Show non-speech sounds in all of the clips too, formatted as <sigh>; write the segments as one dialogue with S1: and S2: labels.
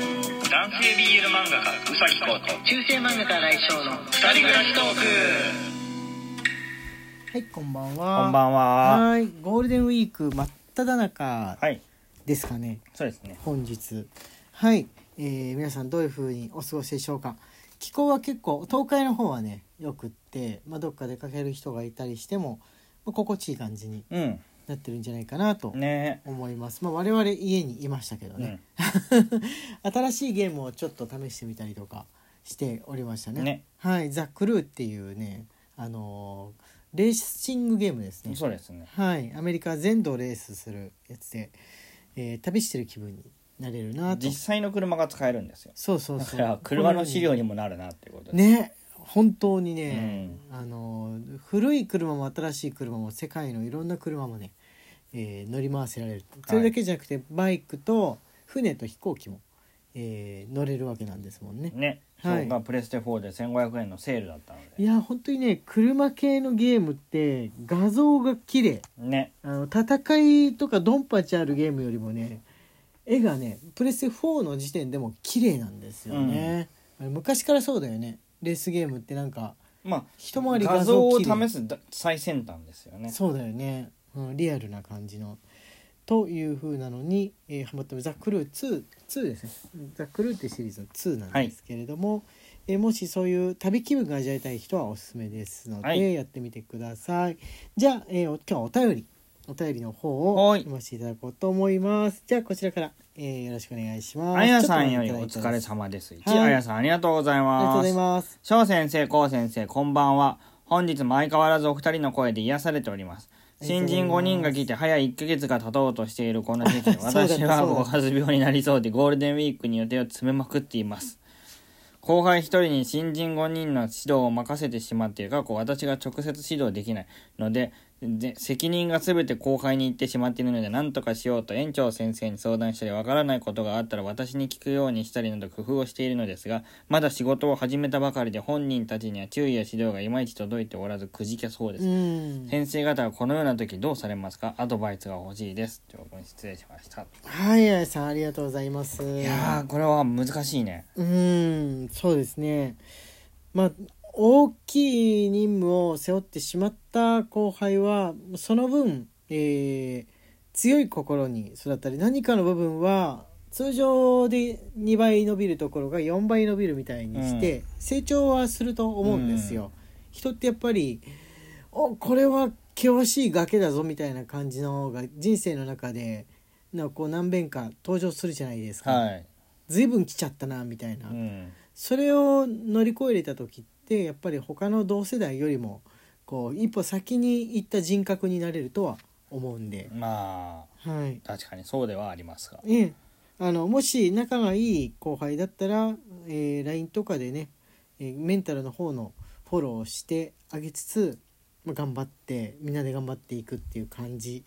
S1: 男性 BL 漫画家うさぎこと
S2: 中世漫画家来翔の
S1: 二人暮らしトーク
S2: はいこんばんは
S3: こんばんは。
S2: はいゴールデンウィーク真っ只中
S3: はい、
S2: ですかね
S3: そうですね。
S2: 本日はい、えー皆さんどういう風にお過ごしでしょうか気候は結構東海の方はねよくって、まあ、どっか出かける人がいたりしても、まあ心地いい感じに
S3: うん、
S2: なってるんじゃないかなと
S3: ね
S2: 思います、まあ、我々家にいましたけど
S3: え、う
S2: ね
S3: ん、、
S2: <laughs> 新しいゲームをちょっと試してみたりとかしておりましたね
S3: ね
S2: はい「ザ・クルー」っていうねあのーレーシングゲームですね
S3: そうですね。
S2: はいアメリカ全土をレースするやつで、えー旅してる気分になれるなと
S3: 実際の車が使えるんですよ。
S2: そうそう
S3: だ
S2: そ
S3: か
S2: う
S3: ら車の資料にもなるなっていうことで。
S2: ね本当にね、あのー古い車も新しい車も世界のいろんな車もね、えー乗り回せられるそれだけじゃなくて、バイクと船と飛行機も、えー乗れるわけなんですもんね。
S3: ね、
S2: はい
S3: そうかプレステ4で1500円のセールだったの
S2: い
S3: で。
S2: や本当にね車系のゲームって画像が綺麗
S3: ね、
S2: あの戦いとかドンパチあるゲームよりもね絵がねプレステ4の時点でも綺麗なんですよね、あれ昔からそうだよねレースゲームってなんか
S3: まあ
S2: 一回り
S3: 画
S2: 画
S3: 像
S2: 像
S3: を
S2: 綺麗
S3: 試すだ最先端ですよね。
S2: そうだよね、うん、リアルな感じのという風なのに、えーハマってるザ・クルー2」2ですね「ザ・クルー」ってシリーズの2なんですけれども、えーもしそういう旅気分が味わいたい人はおすすめですので、
S3: はい
S2: やってみてくださいじゃあ、えーお今日はお便りお便りの方を
S3: はい
S2: 読ませていただこうと思いますじゃあこちらから、えーよろしくお願いします
S3: あやさんより
S2: ちょっ
S3: お
S2: と待っていた
S3: 疲
S2: だ
S3: れ
S2: いてます
S3: 様です。一、
S2: はい
S3: あやさんありがとうござ
S2: あ
S3: い
S2: りがとう
S3: ま
S2: ござい
S3: す。
S2: ます
S3: 翔先生、こう先生、こんばんは。本日も相変わらずお二人の声で癒されております。新人5人が来て早い1ヶ月が経とうとしているこの時期に
S2: そうだった
S3: 私は
S2: そうだ
S3: 五
S2: った
S3: 月病になりそうでゴールデンウィークに予定を詰めまくっています。後輩1人に新人5人の指導を任せてしまっている過去私が直接指導できないのでで責任が全て後輩に行ってしまっているので何とかしようと園長先生に相談したりわからないことがあったら私に聞くようにしたりなど工夫をしているのですがまだ仕事を始めたばかりで本人たちには注意や指導がいまいち届いておらずくじけそうです
S2: うん
S3: 先生方はこのような時どうされますかアドバイスが欲しいですということに失礼しました
S2: はいあやさんありがとうございます
S3: いやーこれは難しいね
S2: うーんそうですねまあ大きい任務を背負ってしまった後輩はその分、えー強い心に育ったり何かの部分は通常で2倍伸びるところが4倍伸びるみたいにして、成長はすると思うんですよ。人ってやっぱりおこれは険しい崖だぞみたいな感じの方が人生の中でなんかこう何遍か登場するじゃないですか。
S3: はい
S2: 随分来ちゃったなみたいな、
S3: うん
S2: それを乗り越えれた時ってやっぱり他の同世代よりもこう一歩先に行った人格になれるとは思うんで、
S3: ま
S2: はい
S3: あ確かにそうではありますが
S2: ええあのもし仲がいい後輩だったら、えー LINE とかでね、えーメンタルの方のフォローをしてあげつつ、まあ、頑張ってみんなで頑張っていくっていう感じ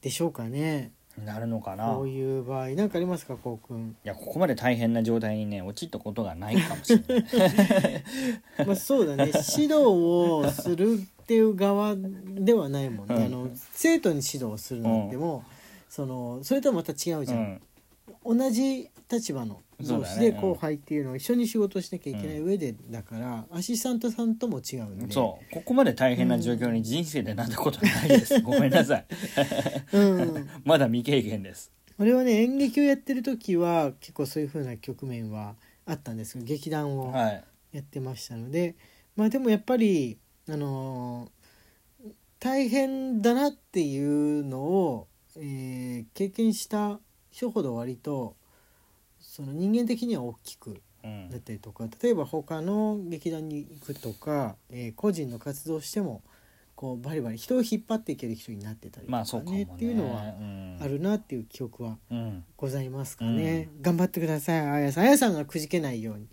S2: でしょうかね
S3: なるのかな
S2: こう
S3: い
S2: いう場合何かありますかこうくん
S3: やここまで大変な状態にね陥ったことがないかもし <laughs> れない
S2: まあそうだね指導をするっていう側ではないもんね、
S3: うん
S2: あの生徒に指導をするなんても、そのそれとはまた違うじ
S3: う
S2: ゃん、
S3: ん
S2: 同じ立場の同士
S3: そうだね
S2: で
S3: うん
S2: 後輩っていうのは一緒に仕事をしなきゃいけない上でだから、アシスタントさんとも違うんで
S3: そうここまで大変な状況に人生でなったことないですごめんなさい
S2: う、ん、
S3: まだ未経験です
S2: 俺はね演劇をやってる時は結構そういう風な局面はあったんですけど劇団を
S3: はい
S2: やってましたのでまあでもやっぱりあのー大変だなっていうのを、えー経験した人ほど割とその人間的には大きく
S3: う
S2: だっ
S3: ん
S2: たりとか例えば他の劇団に行くとか、えー個人の活動をしてもこうバリバリ人を引っ張っていける人になってたりと
S3: まあ
S2: か
S3: そうかも
S2: ね
S3: ね
S2: っていうのは
S3: うん
S2: あるなっていう記憶は
S3: うん
S2: ございますかね、頑張ってくださいあやさんあやさんがくじけないように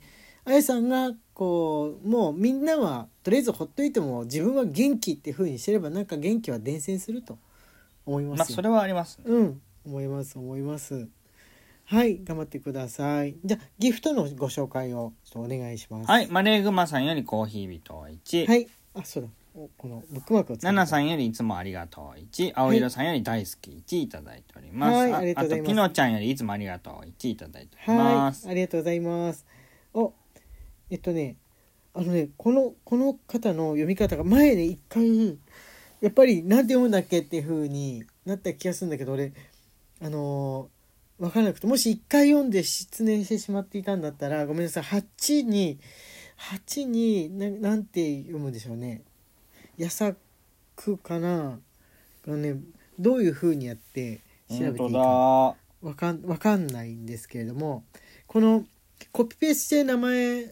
S2: あやさんがこうもうみんなはとりあえずほっといても自分は元気っていう風にしてればなんか元気は伝染すると思いますよ
S3: まあそれはありますね
S2: うん思います思いますはい頑張ってくださいじゃあギフトのご紹介をちょっとお願いします
S3: はい、マレーグマさんよりコーヒー人1、
S2: はいあそうだおこのブックマークをつけて
S3: ナナさんよりいつもありがとう1、青色さんより大好き1いただいております。
S2: はいありがとうござい
S3: あ
S2: ます
S3: と、ピノちゃんよりいつもありがとう1いただいておりま
S2: は
S3: す
S2: い、。ありがとうございます。お、えっとね、あのね、この、この方の読み方が前ね、一回、やっぱり、なんて読むんだっけっていう風になった気がするんだけど、俺、あのー、わからなくて、もし一回読んで失念してしまっていたんだったら、ごめんなさい、8に、8に、ななんて読むんでしょうね。やさくかながね、どういう風にやって調べていいか。
S3: 本当
S2: わかんわかんないんですけれどもこのコピペして名前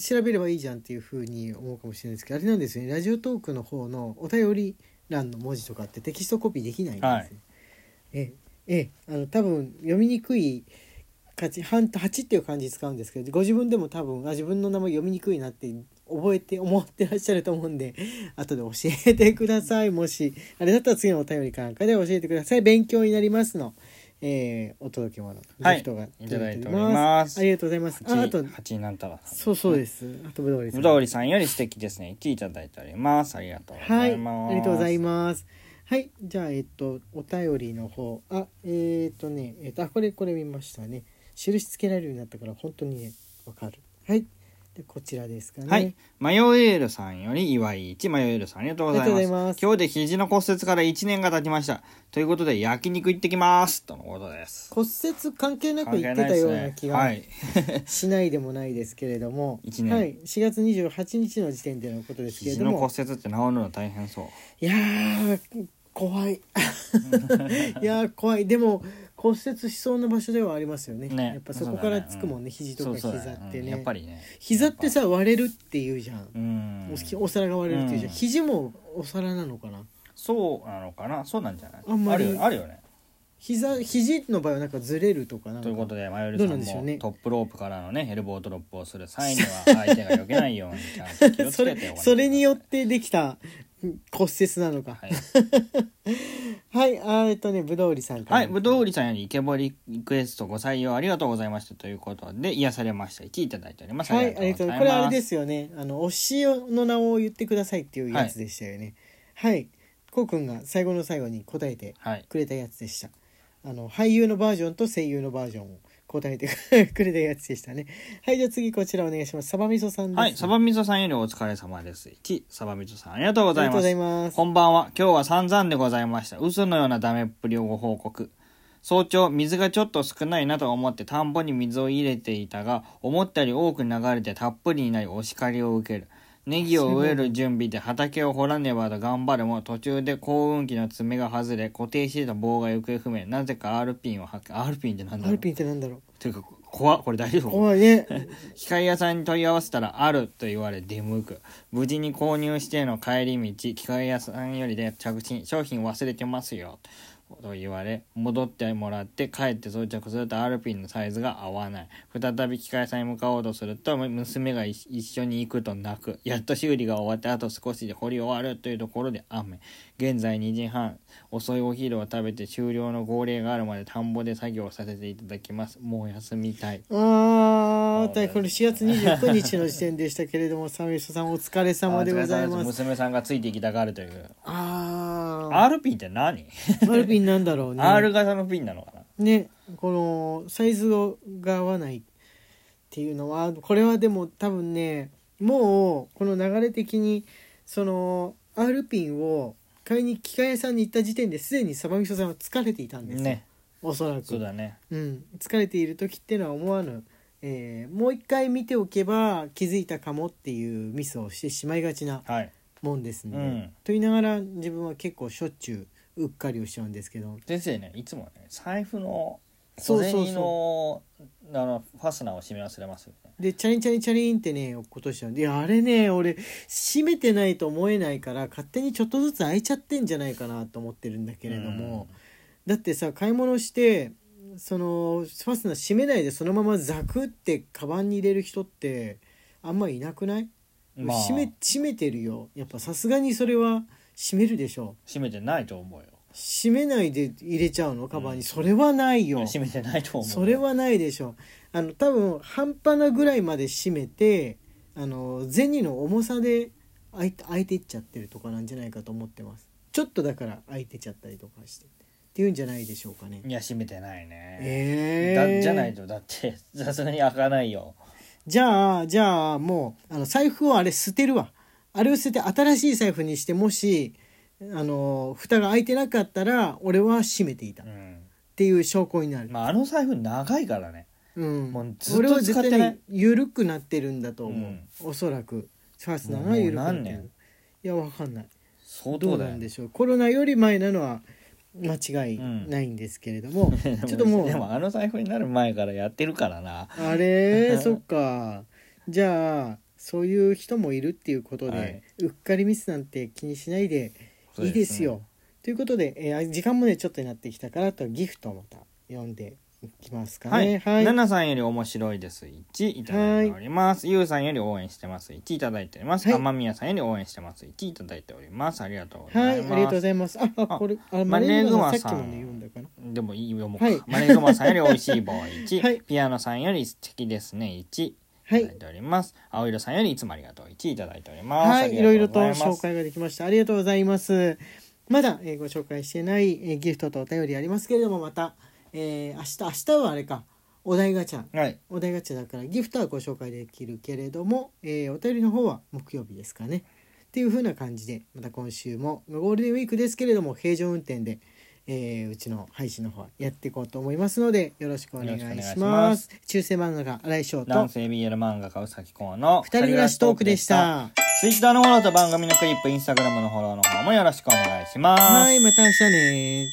S2: 調べればいいじゃんっていうふうに思うかもしれないですけどあれなんですよねラジオトークの方のお便り欄の文字とかってテキストコピーできないんですよ、
S3: はい
S2: ええええあの多分読みにくい価値半と8っていう漢字使うんですけどご自分でも多分あ自分の名前読みにくいなって覚えて思ってらっしゃると思うんで <laughs> 後で教えてくださいもしあれだったら次のお便りかなんかで教えてください勉強になりますの、えーお届け物
S3: はい
S2: ギフトが
S3: いただいております
S2: ありがとうございますああ
S3: だ
S2: と
S3: ー 8, 8なんたらさん
S2: そうそうですあとぶどうりさ
S3: ぶ
S2: ん
S3: どうりさんより素敵ですね1いただいております。ありがとうご
S2: は
S3: ざ
S2: い、
S3: います。
S2: ありがとうございます。はい、じゃあ、えっと、お便りの方、あ、えっとね、えっと、あ、これ、これ見ましたね。印つけられるようになったから、本当にね、わかる。はい、で、こちらですかね。
S3: はい。マヨエールさんより祝い1、マヨエールさんありがとうござい
S2: ありが
S3: ま
S2: と
S3: す。
S2: うございます
S3: 今日で肘の骨折から1年が経ちました。ということで、焼肉行ってきます。とのことです。
S2: 骨折関係なく
S3: 関
S2: 言
S3: 係
S2: っ
S3: な
S2: てた
S3: いで
S2: よ
S3: す
S2: うな
S3: ね
S2: 気
S3: は
S2: が
S3: い。
S2: しないでもないですけれども、
S3: 一年
S2: はい、4月28日の時点でのことですけれ
S3: 肘
S2: ど
S3: の
S2: も
S3: 骨、折って治るの大変そう。
S2: いやー怖
S3: <laughs>
S2: いいやー怖いでも骨折しそうな場所ではありますよね
S3: ね
S2: やっぱそこからつくもんね
S3: そうだ
S2: 肘とか膝
S3: そ
S2: っ
S3: うそうだ
S2: て
S3: うん
S2: ね
S3: やっぱりね。
S2: 膝ってさ割れるっていうじゃん
S3: う、ん
S2: おきお皿が割れるっていうじゃん、
S3: うん
S2: 肘もお皿なのかな
S3: そうなのかなそうなんじゃない
S2: あんまり
S3: あるよあるよね。
S2: 膝肘の場合はなんかずれるとかなんか
S3: ということで、マヨエール
S2: ど
S3: さ
S2: うなんんでしょう
S3: も
S2: ね
S3: トップロープからのね、ヘルボードロップをする際には、相手が避けないようにちゃんと気を
S2: <laughs>
S3: つ
S2: そ
S3: けておかなきゃいけな
S2: れ
S3: い
S2: それによってできたうん骨折なのか
S3: は
S2: <laughs> はいい、あーえっとねぶどうりさんから
S3: はい、ぶどうりさんよりイケボリリクエストご採用ありがとうございましたということで癒されました1いただいております
S2: はい、ありがとうございます。これあれですすよね。あの、推しの名を言ってくださいっていうやつでしたよね。はい。こうくんが最後の最後に答えて
S3: はい
S2: くれたやつでした。あの、俳優のバージョンと声優のバージョンを答えて <laughs> くれたやつでしたね。はい、じゃあ次こちらお願いします。サバ味噌さんです。
S3: はいサバみそさんよりお疲れ様です1サバみそさんありがとうございます
S2: ありがとうございます
S3: こんばんは今日は散々でございました嘘のようなダメっぷりをご報告早朝水がちょっと少ないなと思って田んぼに水を入れていたが思ったより多く流れてたっぷりになりお叱りを受けるネギを植える準備で畑を掘らねばと頑張るも途中で幸運期の爪が外れ固定していた棒が行方不明なぜか R ピンを発見 R ピンってなんだ
S2: ア
S3: ろう
S2: ルピンってなんだろ
S3: ていうか怖っこれ大丈
S2: う。
S3: 夫
S2: 怖い
S3: <laughs>
S2: ね。
S3: 機械屋さんに問い合わせたら「ある」と言われ出向く無事に購入しての帰り道機械屋さんよりで着信商品忘れてますよと言われ戻ってもらって帰って装着するとアルピンのサイズが合わない再び機械屋さんに向かおうとするとむ娘が一一緒に行くと泣くやっと修理が終わってあと少しで掘り終わるというところで雨現在2時半遅いお昼を食べて終了の号令があるまで田んぼで作業させていただきますもう休みたい
S2: あー、これ4月29日の時点でしたけれども、サバ味噌さんお疲れ様でござい
S3: あお疲れ様
S2: ま。
S3: です娘さんがついていきたがるという。
S2: あー、
S3: アルピンって何、
S2: アルピンなんだろうね。
S3: ?R 型のピンなのかな
S2: ねこのサイズが合わないっていうのはこれはでも多分ねもうこの流れ的にその R ピンを買いに機械屋さんに行った時点ですでにサバ味噌さんは疲れていたんですよ
S3: ね。
S2: おそらく
S3: そうだね。
S2: うん、疲れている時っていうのは思わぬ、えーもう一回見ておけば気づいたかもっていうミスをしてしまいがちな
S3: はい。
S2: もんですね、
S3: うん
S2: と言いながら自分は結構しょっちゅううっかりをしちゃうんですけど
S3: 先生ね、いつもね、財布の
S2: そ
S3: 小
S2: うそうそう
S3: 銭のあのファスナーを閉め忘れますよね。
S2: でチャリンチャリンチャリンってね落っことしちゃうんであれね俺閉めてないと思えないから勝手にちょっとずつ開いちゃってんじゃないかなと思ってるんだけれども、だってさ買い物してそのファスナー閉めないでそのままザクってカバンに入れる人ってあんまいなくない、
S3: うん、まあ、
S2: 閉め閉めてるよやっぱさすがにそれは閉めるでしょ
S3: 閉めてないと思うよ。
S2: 閉めないで入れちゃうのカバンに、それはないよ
S3: 閉めてないと思う。
S2: それ、はないでしょあの多分半端なぐらいまで締めてあの銭の重さで空いて空いていっちゃってるとかなんじゃないかと思ってますちょっとだから空いてちゃったりとかしてっていうんじゃないでしょうかね
S3: いや閉めてないね、
S2: えー
S3: だじゃないとだって <laughs> さすがに開かないよ
S2: じゃあじゃあもうあの財布をあれ捨てるわあれを捨てて新しい財布にしてもしあの蓋が開いてなかったら俺は閉めていたっ
S3: うん
S2: ていう証拠になる、
S3: まああの財布長いからね
S2: うん、
S3: もうずっと使ってな
S2: 俺は絶
S3: い
S2: 対に緩くなってるんだと思う、
S3: うん
S2: おそらくファスナーが緩くなって
S3: もう何
S2: る
S3: 年
S2: いやわかんない
S3: 相
S2: ど
S3: 当
S2: う
S3: だ
S2: な
S3: よ
S2: んで
S3: ね
S2: しょうコロナより前なのは間違いないんですけれども、ちょっともう
S3: <laughs> <laughs> でもあの財布になる前からやってるからな
S2: あ
S3: <laughs>
S2: れそっかじゃあそういう人もいるっていうことで、
S3: はいう
S2: っかりミスなんて気にしないでいいですよ。ということで、えー時間もねちょっとになってきたからあとギフトをまた読んでいきますか
S3: はい、
S2: ね。
S3: ナナさんより面白いです1いただいております、ユウさんより応援してます1いただいております、
S2: はい
S3: 天宮さんより応援してます1いただいておりますありがとうご
S2: は
S3: ざ
S2: い、
S3: い
S2: あ
S3: ます、
S2: りがとうございます。あ、あ
S3: あ
S2: これ、あ、
S3: マ
S2: マ
S3: ネー
S2: ネーグ
S3: グ
S2: マさ
S3: マさ
S2: ん
S3: ん
S2: さっきもね、読んだかな。
S3: でもいいよもう、
S2: はい
S3: マネグマさんより美味しい棒1、
S2: はい
S3: ピアノさんより素敵ですね1い
S2: は
S3: ただ
S2: い
S3: い、ております、青色さんよりいつもありがとう1いただいております、
S2: はい、いろいろと紹
S3: 介
S2: 介ができました。ありがとうございます。まだ、えーご紹介してない、えーギフトとお便りありますけれども、また、えー明日、明日はあれか、お題ガチャ。
S3: はい
S2: お題ガチャだからギフトはご紹介できるけれども、えーお便りの方は木曜日ですかね。っていう風な感じでまた今週もゴールデンウィークですけれども平常運転で、えーうちの配信の方はやっていこうと思いますのでよろしくお願いし
S3: よろ
S2: ま
S3: し
S2: す。
S3: くお願いし
S2: 中世漫画家新井翔と
S3: 男性 BL 漫画家うさきこうの
S2: 二人暮らしトークでした。
S3: ツイッターのフォローと番組のクリップ、インスタグラムのフォローの方もよろしくお願いします。
S2: はいまた明日ね。